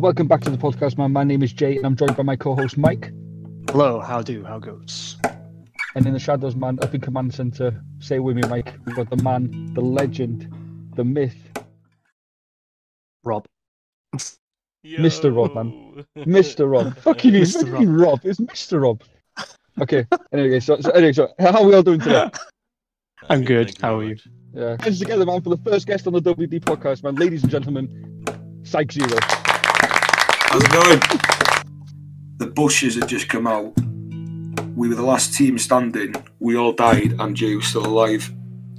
Welcome back to the podcast, man. My name is Jay, and I'm joined by my co-host Mike, Hello, how do, how goes? and in the shadows, man, up in command center. Say with me, Mike. We've got the man, the legend, the myth, Rob. Mr. Rodman. Mr. Rob. Fucking, Mr. Mr. Rob. It's Mr. Rob. Okay. Anyway, so, so anyway, so how are we all doing today? I'm good, how are you? Yeah. Hands together, man, for the first guest on the WD podcast, man. Ladies and gentlemen, Psych Zero. How's it going? The bushes had just come out. We were the last team standing. We all died, and Jay was still alive.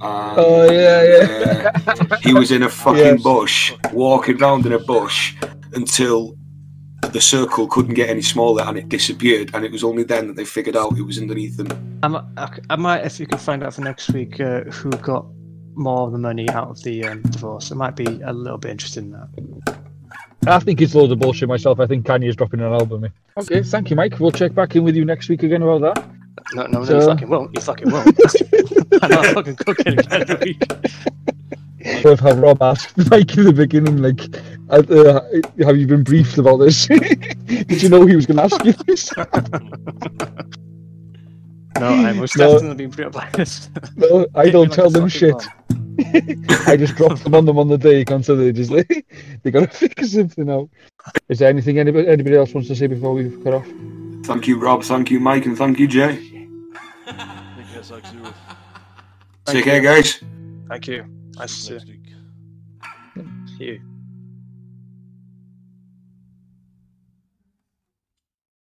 And, Oh, yeah, yeah. uh, he was in a fucking Yes. bush, walking round in a bush until the circle couldn't get any smaller and it disappeared. And it was only then that they figured out it was underneath them. I might, I might if you can find out for next week uh, who got more of the money out of the um, divorce. It might be a little bit interested in that. I think it's loads of bullshit myself. I think Kanye's dropping an album. eh? Okay, thank you, Mike. We'll check back in with you next week again about that. No, no, no, So- you fucking won't. You fucking won't. I'm not fucking cooking again in a week. Of how Rob asked Mike in the beginning, like, uh, uh, have you been briefed about this? Did you know he was going to ask you this? No, I most No. definitely be brought by this. No, I Hit me don't like tell a them fucking shit. bomb. I just dropped them on them on the day. You can't tell they just like, they got to figure something out. Is there anything anybody, anybody else wants to say before we cut off? Thank you, Rob. Thank you, Mike. And thank you, Jay. Thank you, Zach Zero. Thank Take care, guys. Thank you. Nice to Next week. see you.